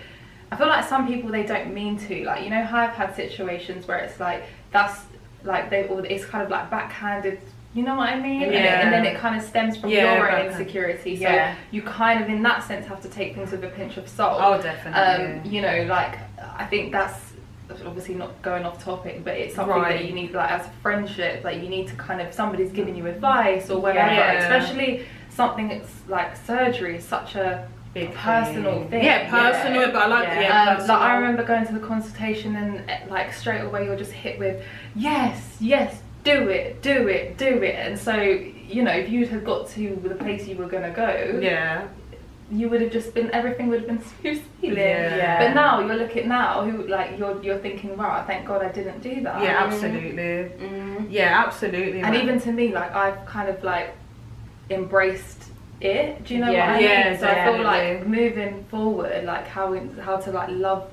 C: I feel like some people they don't mean to. Like you know how I've had situations where it's like that's like they or it's kind of like backhanded. You know what I mean? And,
D: Yeah.
C: it, and then it kind of stems from
A: Yeah,
C: your own
A: backhand.
C: insecurity. So
D: Yeah.
C: you kind of in that sense have to take things with a pinch of salt.
A: Oh, definitely.
C: Um, you know, like I think that's obviously not going off topic, but it's something
A: Right.
C: that you need, like as a friendship, like you need to kind of somebody's giving you advice or whatever.
D: Yeah.
C: Especially something that's like surgery is such a big personal thing.
A: Yeah, personal, but I like yeah.
D: Yeah.
C: Um,
A: personal.
C: like I remember going to the consultation and eh, like straight away you're just hit with yes, yes, do it, do it, do it, and so you know if you had got to the place you were gonna go,
A: yeah.
C: you would have just been everything would have been [LAUGHS] smooth sailing.
A: Yeah.
D: Yeah.
C: But now you're looking now, who like you're you're thinking, right? Thank God I didn't do that.
A: Yeah, absolutely. Yeah, absolutely.
C: And
A: man.
C: even to me, like I've kind of like embraced it. Do you know
D: Yeah.
C: what I mean?
A: Yeah,
C: so I feel like moving forward, like how in, how to like love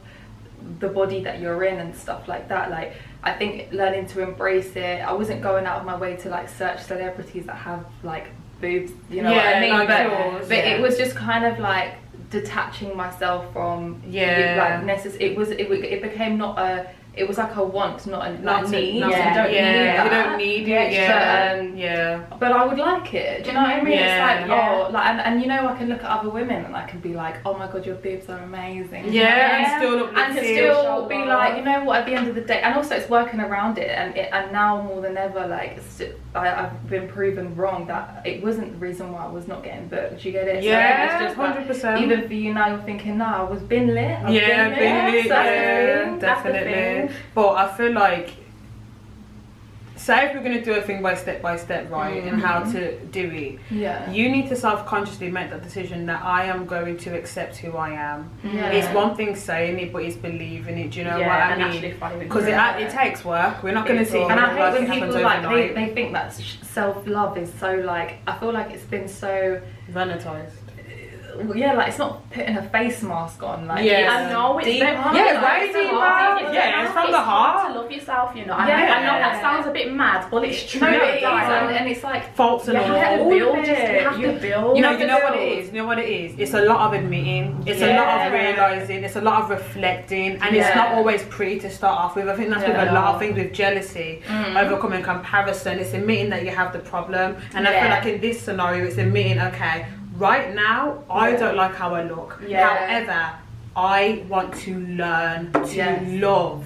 C: the body that you're in and stuff like that. Like I think learning to embrace it. I wasn't going out of my way to like search celebrities that have like boobs, you know what
A: Yeah,
C: I mean?
A: like
C: but
A: yours,
C: but
A: yeah.
C: it was just kind of like detaching myself from you,
A: Yeah.
C: like necess- it was it, w- it became not a it was like a want not a like
A: Not to-
C: need
A: not to-
C: You don't
A: yeah,
C: need
A: you
C: that.
A: don't need it. Yeah,
C: But, um,
A: yeah.
C: but I would like it. Do you know what I mean?
A: Yeah.
C: It's like,
B: Yeah.
C: oh, like, and, and you know, I can look at other women and I can be like, oh my god, your boobs are amazing.
A: Yeah, and still look
C: and can
A: pretty.
C: still be like, you know what? At the end of the day, and also it's working around it, and it, and now more than ever, like it's ju- I, have been proven wrong that it wasn't the reason why I was not getting booked. You get it? So it's
A: yeah,
C: just like,
A: hundred percent.
C: even for you now, you're thinking, no, I was been lit. I've
A: yeah,
C: been
A: been
C: lit.
A: lit,
C: So that's the
A: yeah,
C: thing, that's the
A: definitely.
C: thing.
A: But I feel like, say if we're gonna do a thing by step by step, right, and how
C: Mm-hmm.
A: to do it,
C: Yeah.
A: you need to self consciously make that decision that I am going to accept who I am.
C: Yeah.
A: It's one thing saying it, but it's believing it. Do you know
C: yeah,
A: what I mean? Because
C: Because
A: it, it takes work. We're not going to
C: It's
A: see.
C: all- And I
A: work
C: hate when
A: that happens
C: people like they,
A: overnight.
C: they think that self love is so like I feel like it's been so
A: Vanitized.
C: yeah like it's not putting a face mask on like
A: Yes.
B: I know it's
A: Deep-
B: them.
A: yeah,
B: it's
A: right,
B: from the
A: deep
B: heart.
A: down. Yeah, it's from the
B: hard
A: heart.
B: to love yourself, you know. And
C: Yeah.
B: I know that sounds a bit mad, but it's true.
C: no, it is, and,
B: like,
C: and it's like
A: Faults and
B: you
A: all.
B: have to
C: all
B: build.
C: of
B: just- You
C: it.
B: have
C: You
B: to build.
A: you know,
C: Like
A: you know what
C: the
A: it is. You know what it is. It's a lot of admitting. It's a lot
C: Yeah.
A: of realizing. It's a lot of reflecting, and it's
C: Yeah.
A: not always pretty to start off with. I think that's with
C: Yeah. Mm-hmm.
A: a lot of things with jealousy, overcoming comparison. It's admitting that you have the problem, and I feel
C: Yeah.
A: like in this scenario, it's admitting, okay, right now I don't like how I look.
C: Yeah.
A: However, I want to learn to
C: Yes.
A: love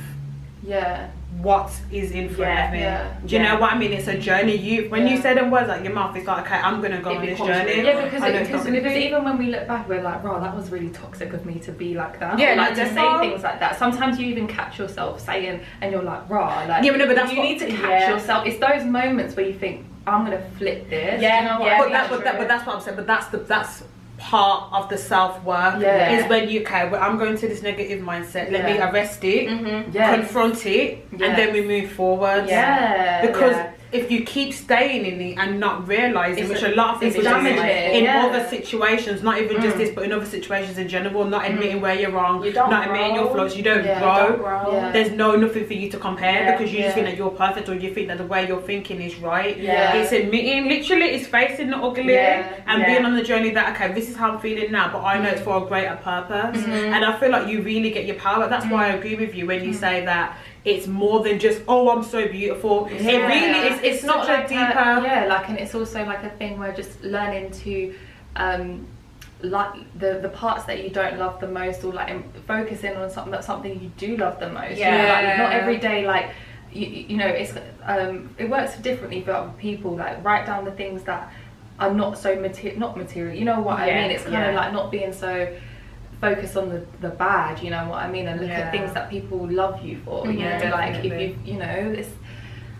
C: yeah
A: what is in front
B: Yeah,
A: of me.
C: yeah.
A: Do you know what I mean? It's a journey. You when you
C: Yeah.
A: say them words like your mouth, it's like okay, I'm gonna go It on this becomes journey. real.
C: yeah because,
A: I know
C: it,
A: it's not
C: because
A: gonna
C: because even when we look back we're like wow that was really toxic of me to be like that
A: Yeah,
C: like
A: no,
C: to
A: that's
C: say
A: all.
C: things like that sometimes you even catch yourself saying and you're like rah like
A: Yeah, but no, but that's
C: you
A: what-
C: need to catch
A: yeah.
C: yourself it's those moments where you think I'm gonna flip this
B: Yeah,
C: you know what
B: yeah.
C: I
A: but
C: mean?
A: that, but that, but that's what I'm saying. But that's the that's part of the self work.
C: Yeah.
A: Is when you okay, well, I'm going to this negative mindset. Let
C: Yeah.
A: me arrest it,
B: Mm-hmm.
C: yeah
A: confront it,
C: Yeah.
A: and then we move forward.
C: yeah
A: Because
C: yeah.
A: if you keep staying in it and not realizing,
C: It's
A: which a
C: a-
A: lot of
C: it's
A: people do
C: damaging,
A: in
C: yeah. Mm.
A: other situations, not even just this, but in other situations in general, not admitting where you're wrong,
B: You don't
A: not admitting your
B: grow.
A: flaws, you don't
C: Yeah, you
A: grow.
B: Don't grow.
C: Yeah.
A: There's no nothing for you to compare
B: Yeah,
A: because you just
C: yeah.
A: think that you're perfect or you think that the way you're thinking is right.
C: Yeah.
A: It's admitting, literally, it's facing the ugly
C: Yeah,
A: and
B: yeah.
A: being on the journey that, okay, this is how I'm feeling now, but I know it's for a greater purpose.
C: Mm-hmm.
A: And I feel like you really get your power. That's why I agree with you when you say that it's more than just, oh, I'm so beautiful. It
C: Yeah.
A: really is, it's, not
C: such
A: a deeper.
C: yeah, like, and it's also like a thing where just learning to, um, like the the parts that you don't love the most, or like em- focusing on something that's something you do love the most. You know, like, not every day like. You, you know it's um it works differently for other people like write down the things that are not so material not material you know what i
B: Yeah,
C: mean it's kind of
B: yeah.
C: like not being so focused on the the bad you know what i mean and look
A: Yeah.
C: at things that people love you for you
A: Yeah,
C: know like if
A: definitely.
C: you you know it's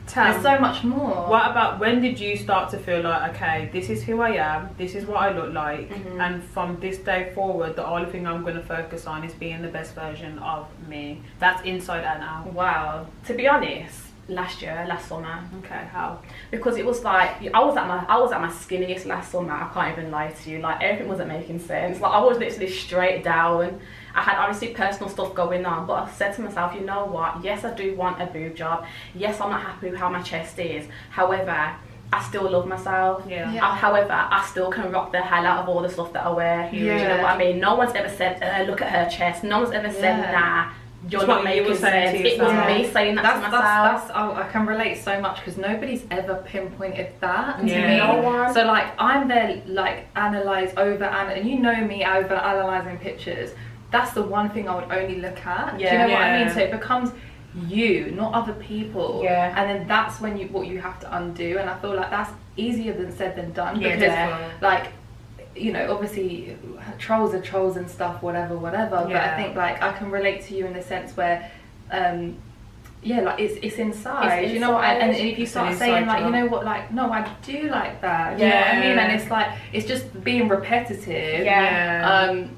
A: Tam,
C: there's so much more.
A: What about when did you start to feel like, okay, this is who I am, this is what I look like,
C: Mm-hmm.
A: and from this day forward, the only thing I'm going to focus on is being the best version of me? That's inside and out.
B: Wow. To be honest, last year, last summer,
A: Okay, how?
B: because it was like I was at my I was at my skinniest last summer. I can't even lie to you. Like everything wasn't making sense. Like I was literally straight down. I had obviously personal stuff going on, but I said to myself, you know what? Yes, I do want a boob job. Yes, I'm not happy with how my chest is. However, I still love myself.
A: Yeah.
C: Yeah.
B: Uh, however, I still can rock the hell out of all the stuff that I wear. Do you know
C: Yeah.
B: what I mean? No one's ever said, uh, look at her chest. No one's ever said,
C: Yeah.
B: nah, you're
A: It's what
B: not
A: you
B: making
A: were saying
B: sense.
A: to
B: It was
A: yourself.
B: me saying that
C: That's,
B: to
C: that's,
B: myself.
C: that's, oh, I can relate so much because nobody's ever pinpointed that
A: Yeah.
C: to
B: No
C: me.
B: one.
C: So like I'm there like analyze over ana- and you know me over analyzing pictures. That's the one thing I would only look at. Do you
B: Yeah.
C: know what I
A: Yeah.
C: mean? So it becomes you, not other people.
B: Yeah.
C: And then that's when you what you have to undo. And I feel like that's easier than said than done
B: Yeah,
C: because
B: definitely.
C: like you know obviously trolls are trolls and stuff whatever whatever
A: Yeah.
C: but i think like i can relate to you in the sense where um yeah like it's it's inside
B: It's
C: you know what I, and
B: inside.
C: if you
A: It's
C: start
A: an
C: saying
A: inside
C: like you
A: job.
C: know what like no i do like that you know what i mean
A: Yeah.
C: and it's like it's just being repetitive
A: Yeah.
C: um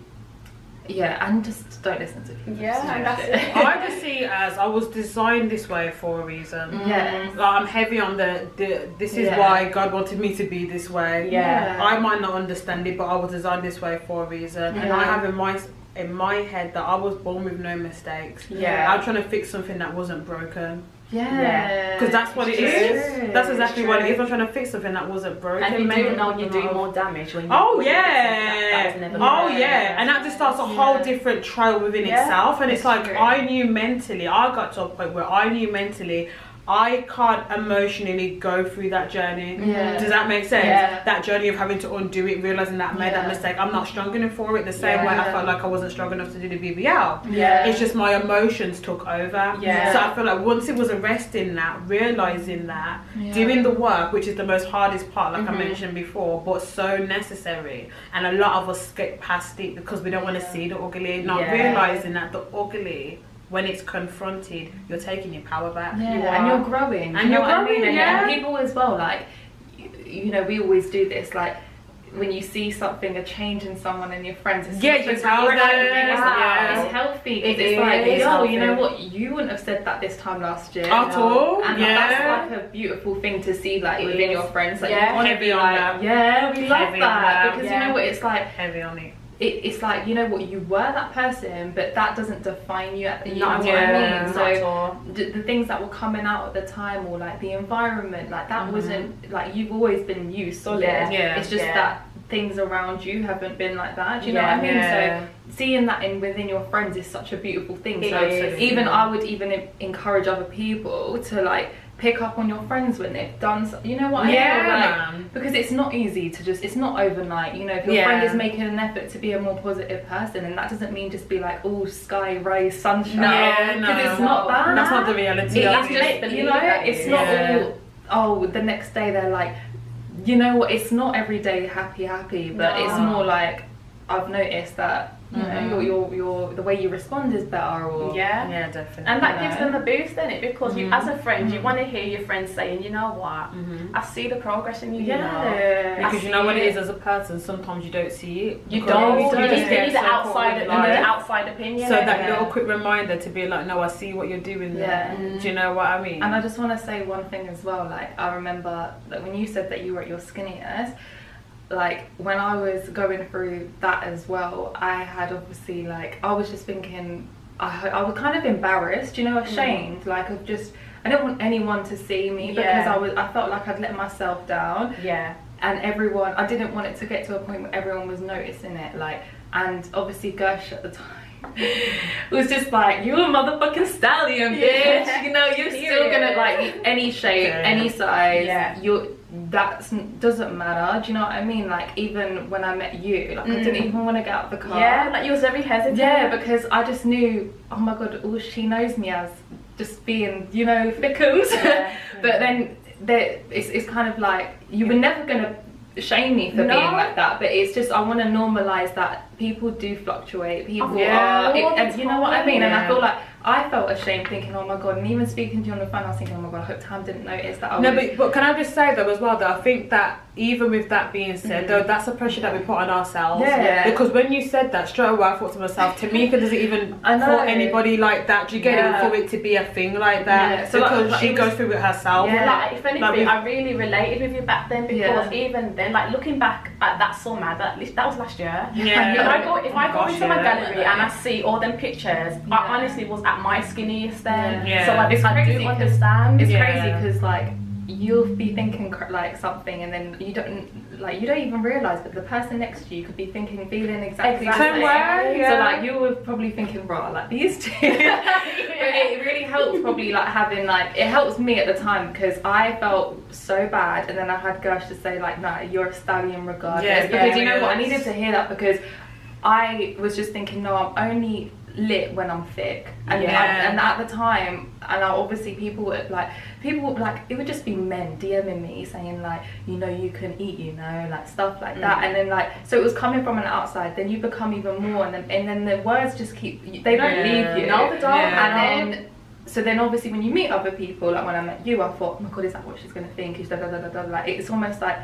C: yeah and just don't listen to people
B: Yeah, [LAUGHS]
C: Just
B: and
A: [LAUGHS]
C: do
B: that's
C: shit.
B: it.
A: Um, I just see it as I was designed this way for a reason.
B: Mm.
C: yeah
A: Like, I'm heavy on the, the this is
C: Yeah.
A: why God wanted me to be this way.
B: Yeah.
A: I might not understand it, but I was designed this way for a reason. And
C: Yeah.
A: I have in my in my head that I was born with no mistakes.
B: Yeah.
A: I'm trying to fix something that wasn't broken.
B: Yeah.
A: Because that's what
B: It's
A: it is.
B: true.
A: That's
B: It's
A: exactly what it
B: true.
A: is. I'm trying to fix something that wasn't broken.
B: And you
A: maybe
B: do know you do
A: not.
B: more damage when you.
A: Oh
B: when you fix
A: yeah.
B: that- that's never
A: oh
B: good.
A: yeah. And that just starts a whole different trail within
B: Yeah.
A: itself. And it's
B: It's
A: like
B: true.
A: I knew mentally, I got to a point where I knew mentally I can't emotionally go through that journey.
B: Yeah.
A: Does that make sense?
B: Yeah.
A: That journey of having to undo it, realizing that I made that
E: Yeah.
A: mistake. I'm not strong enough for it. The same way I
B: Yeah.
A: felt like I wasn't strong enough to do the BBL.
B: Yeah.
A: It's just my emotions took over.
B: Yeah.
A: So I feel like once it was arresting that, realizing that,
E: Yeah.
A: doing the work, which is the most hardest part,
C: Mm-hmm.
A: like I mentioned before, but so necessary. And a lot of us skip past it because we don't want to see the ugly, not
B: Yeah.
A: realizing that the ugly, when it's confronted, you're taking your power back.
C: Yeah,
B: You
C: and
B: are.
C: you're growing.
A: And
C: you know
A: you're
C: what I
A: growing,
C: mean? And,
A: yeah.
C: and people as well, like, you, you know, we always do this, like, when you see something, a change in someone and your friends, it's
A: Yeah,
C: such
A: you
C: a
A: tell
C: great
A: them.
C: thing. It's,
B: Wow.
C: it's healthy.
B: It
C: 'cause it's like,
B: is
C: yo,
B: healthy.
C: you know what? You wouldn't have said that this time last year.
A: At all,
C: And
A: yeah.
C: that's like a beautiful thing to see, like,
B: is.
C: within your friends. Like,
B: Yeah.
C: you want to
A: Heavy
C: be
A: on
C: like,
A: them.
C: yeah, we love
A: Heavy on them.
C: that. Because
B: Yeah.
C: you know what? It's like,
A: Heavy on it.
C: it, it's like, you know what? You were that person, but that doesn't define you. At the, you know
B: Not
C: what
B: at
C: I
B: all.
C: mean?
B: Not
C: So,
B: at all.
C: the, the things that were coming out at the time or like the environment like that wasn't like you've always been you solid
B: Mm-hmm. Yeah.
A: Yeah.
C: it's just
B: Yeah.
C: that things around you haven't been like that do you
B: Yeah.
C: know what i mean
A: Yeah.
C: so seeing that in within your friends is such a beautiful thing
B: It
C: so
B: is.
C: even i would even en- encourage other people to like pick up on your friends when they've done so- you know what i mean Or, like,
A: Yeah.
C: because it's not easy to just it's not overnight you know if your
A: Yeah.
C: friend is making an effort to be a more positive person and that doesn't mean just be like all sky rise sunshine
A: No,
C: because
A: no.
C: it's not that
A: That's not the reality.
C: Ah. it
A: of
C: is
A: it.
C: just, you know, it's not
A: Yeah.
C: all, oh, the next day they're like, you know what, it's not every day happy, happy, but it's
A: No. Mm-hmm.
C: more like, I've noticed that, you know, your, your, your, the way you respond is better, or,
B: Yeah.
A: yeah, Mm-hmm. definitely.
B: And that
C: You
B: gives
C: know?
B: them a boost in it because you, as a friend, you want to hear your friends saying, you know what, I see the progress in you. you know.
C: yeah.
A: Mm-hmm. because you know what it is as a person, sometimes you don't see it.
C: You
A: Because
C: don't,
B: You
C: you
B: need, you need the
A: So caught
B: outside,
A: with
B: you need
A: life.
B: the outside opinion.
A: So that
C: Yeah.
A: little quick reminder to be like, no, I see what you're doing. there. Do you know what I mean?
C: And I just want to say one thing as well. Like I remember that when you said that you were at your skinniest, like when I was going through that as well, I had obviously like I was just thinking I ho- I was kind of embarrassed, you know, ashamed, like of just I didn't want anyone to see me because
B: Yeah.
C: I was I felt like I'd let myself down
B: yeah,
C: and everyone I didn't want it to get to a point where everyone was noticing it like and obviously Gersh at the time [LAUGHS] was just like you're a motherfucking stallion bitch
B: Yeah.
C: you know you're still gonna
B: Period.
C: like any shape
A: Yeah.
C: any size
B: Yeah.
C: you're that doesn't matter do you know what I mean like even when I met you like I didn't even want to get out of the car
B: Mm. yeah. Like you was very hesitant.
C: yeah,
B: [LAUGHS]
C: because I just knew, oh my god, all she knows me as just being, you know, thickums.
B: [LAUGHS] Yeah.
C: but then there, it's, it's kind of like, you were never going to shame me for
B: No.
C: being like that, but it's just, I want to normalize that people do fluctuate. People
A: Oh, Yeah,
C: are,
B: all the
C: and you know what I mean? And
A: time.
C: I feel like, I felt ashamed thinking, oh my god, and even speaking to you on the phone, I was thinking, oh my god, I hope Tam didn't notice that I was.
A: No, but, but can I just say though as well that I think that even with that being said, though that's a pressure that we put on ourselves.
C: Mm-hmm. Yeah. Yeah.
A: Because when you said that straight away, I thought to myself, Tamika doesn't even
C: [LAUGHS] I know.
A: for anybody like that. Do you get
C: Yeah.
A: it? For it to be a thing like that,
C: Yeah. So, like-
A: because
C: like,
A: she
C: it
A: goes through it herself.
C: Yeah.
B: Like, if anything,
A: Like we-
B: I really related with you back then because even then, like looking back at that summer, that that was last year.
A: Yeah. Oh
B: If
A: [LAUGHS]
B: I go, if I go
A: Gosh,
B: into my
A: yeah.
B: gallery and I see all them pictures, I honestly was at my skinniest then.
A: Yeah.
B: So like,
C: It's
B: I do
C: crazy 'cause
B: understand.
C: It's
A: Yeah.
C: crazy 'cause crazy because like you'll be thinking cr- like something and then you don't like you don't even realize that the person next to you could be thinking feeling exactly
B: Exactly.
C: the same.
A: Same way, yeah.
C: So like you were probably thinking, "Rah, like these two. [LAUGHS] But it really helped probably like having like it helps me at the time because I felt so bad and then I had Gersh to say like, "No, you're a stallion regardless."
A: Yeah,
C: because
A: yeah,
C: you know what, I
A: yes.
C: needed to hear that because I was just thinking, "No, I'm only lit when I'm thick," and
A: Yeah.
C: I, and at the time, and I, obviously people would like people like it would just be men DMing me saying like you know you can eat you know like stuff like
A: Mm.
C: that and then like so it was coming from an outside then you become even more and then and then the words just keep they don't
A: Yeah.
C: leave you
B: No, they don't.
A: Yeah.
C: and then so then obviously when you meet other people like when I met you I thought oh my god is that what she's gonna think is da da da da da like it's almost like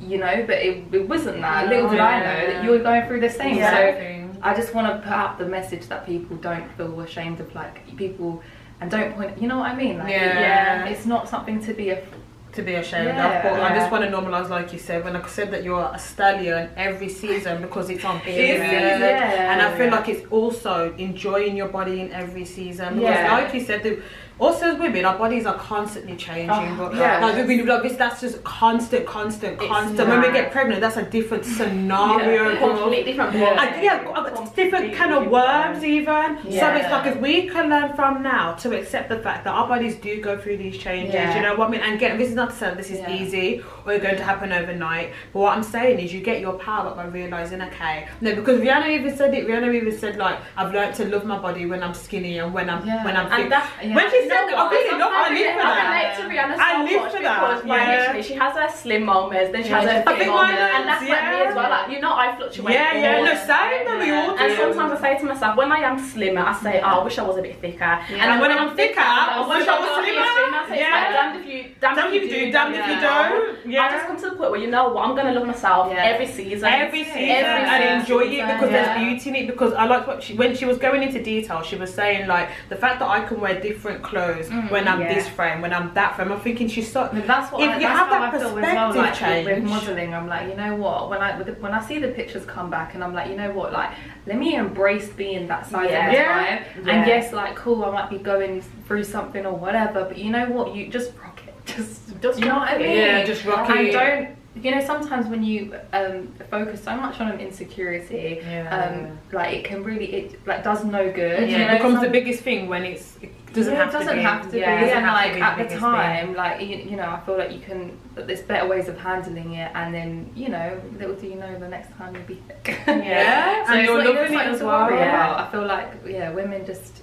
C: you know but it, it wasn't that little did I know that you were going through the same
B: Yeah.
C: so
A: Exactly.
C: I just want to put out the message that people don't feel ashamed of like people and don't point. You know what I mean? Like,
A: Yeah.
C: It's not something to be af-
A: to be ashamed
C: Yeah,
A: of, but I
C: yeah.
A: just want to normalize, like you said, when I said that you're a stallion every season because it's on period.
C: yeah, yeah.
A: And I feel like it's also enjoying your body in every season because,
C: Yeah.
A: like you said, the, also as women, our bodies are constantly changing. but
C: yeah.
A: like, we, like this, that's just constant, constant,
B: It's
A: constant. When we
B: mad.
A: get pregnant, that's a
C: [LAUGHS]
A: different scenario.
B: Yeah,
A: girl.
B: completely different
C: Yeah.
A: I, yeah, it's different kind of worms even. So it's
C: Yeah.
A: like if we can learn from now to accept the fact that our bodies do go through these changes,
C: Yeah.
A: you know what I mean? And again, this is not to say that this is
C: Yeah.
A: easy or going to happen overnight. But what I'm saying is you get your power up by realising, okay, no, because Rihanna even said it, Rihanna even said like, I've learned to love my body when I'm skinny and when I'm
C: Yeah.
A: when I'm
B: And
A: fit.
B: that's
C: Yeah.
A: When she
B: You
A: said
B: know
A: that, I
B: what?
A: really love I
B: Sometimes
A: live for that.
B: I relate to Rihanna so
A: I live
B: much
A: for that.
B: because, like,
A: Yeah.
B: literally, she has her slim moments, then she
C: Yeah.
B: has her
C: I
B: fit
A: think mine
B: moments,
A: is,
B: and that's like me
A: yeah.
B: as well. Like, you know, I fluctuate.
A: Yeah, yeah,
B: all
A: no,
B: the
A: same,
B: time.
A: no, we all
B: And
A: do.
B: sometimes I say to myself, when I am slimmer, I say,
C: Yeah.
B: oh, I wish I was a bit thicker.
C: And
B: then
A: when I'm thicker, I
B: I'm
A: wish I was
B: not
A: slimmer.
B: So it's
A: Yeah.
B: like, damned if you, damned,
A: Damn if you do, damn if you don't. Yeah.
B: I just come to the point where you know what, I'm gonna love myself
C: Yeah.
B: every season.
A: every season and enjoy it because
C: yeah.
A: there's beauty in it because I like what she when she was going into detail she was saying like the fact that I can wear different clothes when I'm
C: Mm, yeah.
A: this frame when I'm that frame I'm thinking she's so
C: But that's what
A: If
C: I,
A: you
C: that's
A: have
C: how
A: that
C: I feel as well. Like
A: perspective
C: with
A: change-
C: modelling, I'm like, you know what? When I with the, when I see the pictures come back, and I'm like, you know what? Like, let me embrace being that size
B: Yeah.
C: at the
A: Yeah.
C: time.
B: Yeah.
C: And yes, like, cool, I might be going through something or whatever, but you know what? You just rock it. [LAUGHS] Just, just you know what I mean?
A: yeah just
C: And
A: rocky
C: don't. You know, sometimes when you um, focus so much on an insecurity, um, like it can really, it like does no good.
A: yeah,
C: you know,
A: it becomes
C: some-
A: the biggest thing when it's it doesn't
C: yeah,
A: have
C: it doesn't
A: to be
C: have to
B: Yeah, it
C: be.
A: doesn't
C: And
A: have to
C: like
A: be the
C: at the
A: biggest
C: time, like you, you know, I feel like you can. that There's better ways of handling it, and then you know, little do you know, the next time you'll be
A: [LAUGHS]
C: thick. [LAUGHS]
A: yeah
C: So
A: and
C: it's
A: you're
C: not- you know,
A: loving
C: it's
A: it
C: not
A: as
C: to
A: well
C: worry
B: Yeah.
C: about. I feel like yeah, women just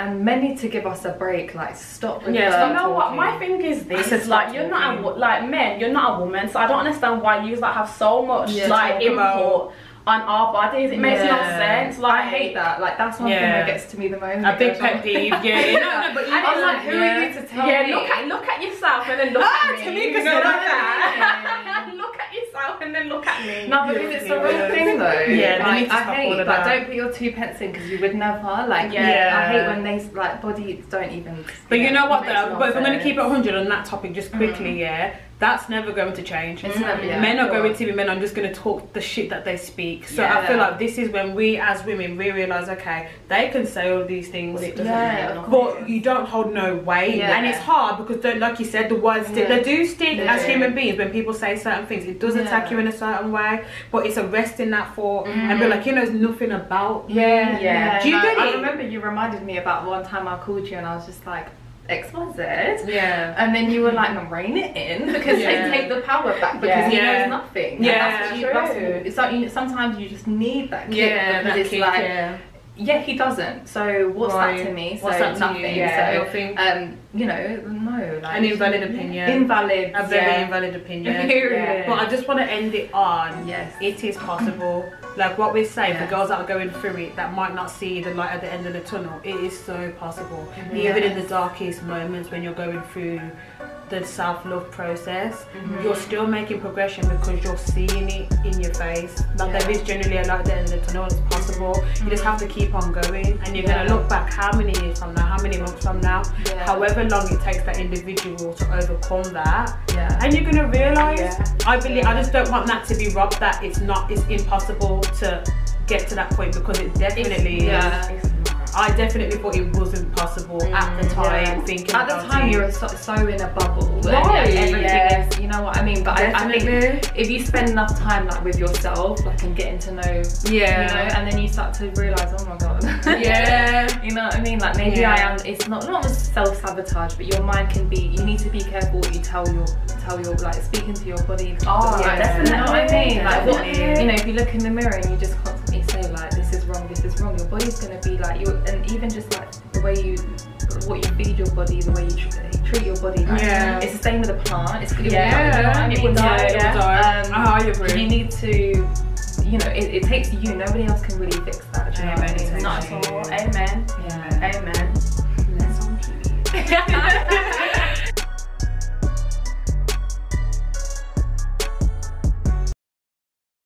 C: and men need to give us a break. Like stop. With
A: Yeah,
C: the,
A: stop
B: You know what? My thing is
A: I
B: this:
A: said
B: is like
A: stop
B: you're not a, wo- like men, you're not a woman, so I don't understand why you like have so much
C: Yeah,
B: like
A: talk about-
B: import on our bodies. It makes no
A: Yeah.
B: sense. Like
C: I hate that. Like that's one
A: Yeah.
C: thing that gets to me the most.
A: a big pet peeve
C: [LAUGHS]
A: yeah you know, no, but you
B: And
C: I'm
B: it's
C: like, who
A: Yeah.
C: are you to tell
B: yeah,
C: me?
B: look at look at yourself and then look
A: Ah,
B: at me.
A: Tamika's not like
B: that. [LAUGHS] look at yourself and then look at me.
C: No, because it's a real
A: Yeah.
C: thing though.
A: Yeah, they
C: like,
A: need to
C: I
A: stop
C: hate.
A: all of
C: like,
A: that.
C: don't put your two pence in because you would never. Like,
B: Yeah.
C: I hate when they like bodies don't even.
A: But you know what
C: Makes
A: though,
C: no
A: but if we're going to
C: sense. Mm-hmm.
A: keep it 100 on that topic just quickly, yeah, that's never going to change. Mm-hmm.
C: It's never- yeah,
A: men are
C: sure.
A: going to be men, I'm just going to talk the shit that they speak. So I
C: Yeah.
A: feel like this is when we as women, we realise, okay, they can say all these things.
B: But it doesn't
C: Yeah,
B: mean
C: of
B: nothing.
A: But you don't hold no weight,
C: Yeah.
A: and it's hard because, don't, like you said, the words stick.
C: Yeah.
A: They do stick
C: They
A: as
C: do.
A: human beings when people say certain things. It does attack
C: Yeah. Mm-hmm.
A: you in a certain way, but it's arresting that for and be like, you know, there's nothing about.
C: Yeah,
B: Yeah.
A: Do you
C: no,
A: get
C: I
A: it?
C: remember you reminded me about one time I called you and I was just like, X, Y, Z.
A: Yeah.
C: And then you were like, no, rein it in [LAUGHS] because
A: Yeah.
C: they take the power back
B: Yeah.
C: because he
A: Yeah.
C: knows nothing. And
A: Yeah.
C: that's what you,
B: True.
C: that's what, it's like you, sometimes you just need that kick
A: Yeah,
C: because
A: that
C: it's
A: kick,
C: like,
A: yeah.
C: yeah, he doesn't. So what's
A: Right.
C: that to me? So
A: What's that to you?
C: nothing.
A: Yeah.
C: So
A: Your thing.
C: um, you know, no, like
A: An invalid opinion.
C: Invalid.
A: a very
C: yeah.
A: invalid opinion.
C: [LAUGHS] Period.
A: Yeah. But I just want to end it on.
C: Yes.
A: It is possible. Like what we're saying, the
C: Yeah.
A: girls that are going through it, that might not see the light at the end of the tunnel, it is so possible. Even in the darkest moments when you're going through the self love process,
C: Mm-hmm.
A: you're still making progression because you're seeing it in your face. Like
C: Yeah. Mm-hmm.
A: there is generally a light at the end of the tunnel, it's possible. You just have to keep on going and you're
C: Yeah.
A: gonna look back how many years from now, how many months from now,
C: Yeah.
A: however long it takes that individual to overcome that
C: Yeah.
A: and you're gonna realize
C: Yeah.
A: i believe i just don't want that to be robbed that it's not it's impossible to get to that point because it definitely is.
C: yeah.
A: i definitely thought it wasn't possible at the time
C: Mm, yeah.
A: thinking
C: At the
A: about
C: time,
A: it.
C: you were so, so in a bubble. and,
A: Right,
C: Like, everything
B: yeah.
C: is, you know what I mean? But I, I think
A: Definitely.
C: if you spend enough time like with yourself, like and getting to know, you know, and then you start to realise, oh my god.
A: [LAUGHS] yeah
C: You know what I mean? Like maybe
A: Yeah.
C: I am. It's not not self sabotage, but your mind can be. You need to be careful what you tell your tell your like speaking to your body.
B: Oh,
C: like,
A: Ah, definitely.
C: You know what I mean? Like what
A: Definitely.
C: you know, if you look in the mirror and you just constantly say like this is wrong, this is wrong, your body's gonna be like you. And even just like the way you what you feed your body, the way you treat, treat your body. Like,
A: Yeah.
C: It's the same with a plant. It's gonna
A: yeah
C: Be, you know what I mean?
B: die,
C: So,
B: yeah.
A: Um,
C: Um,
A: I agree.
C: you need to. You know, it, it takes you. Nobody else can really fix that. do You know what I
A: Amen.
C: mean?
A: It's
B: Not at all. Amen.
C: Yeah.
B: Amen. [LAUGHS]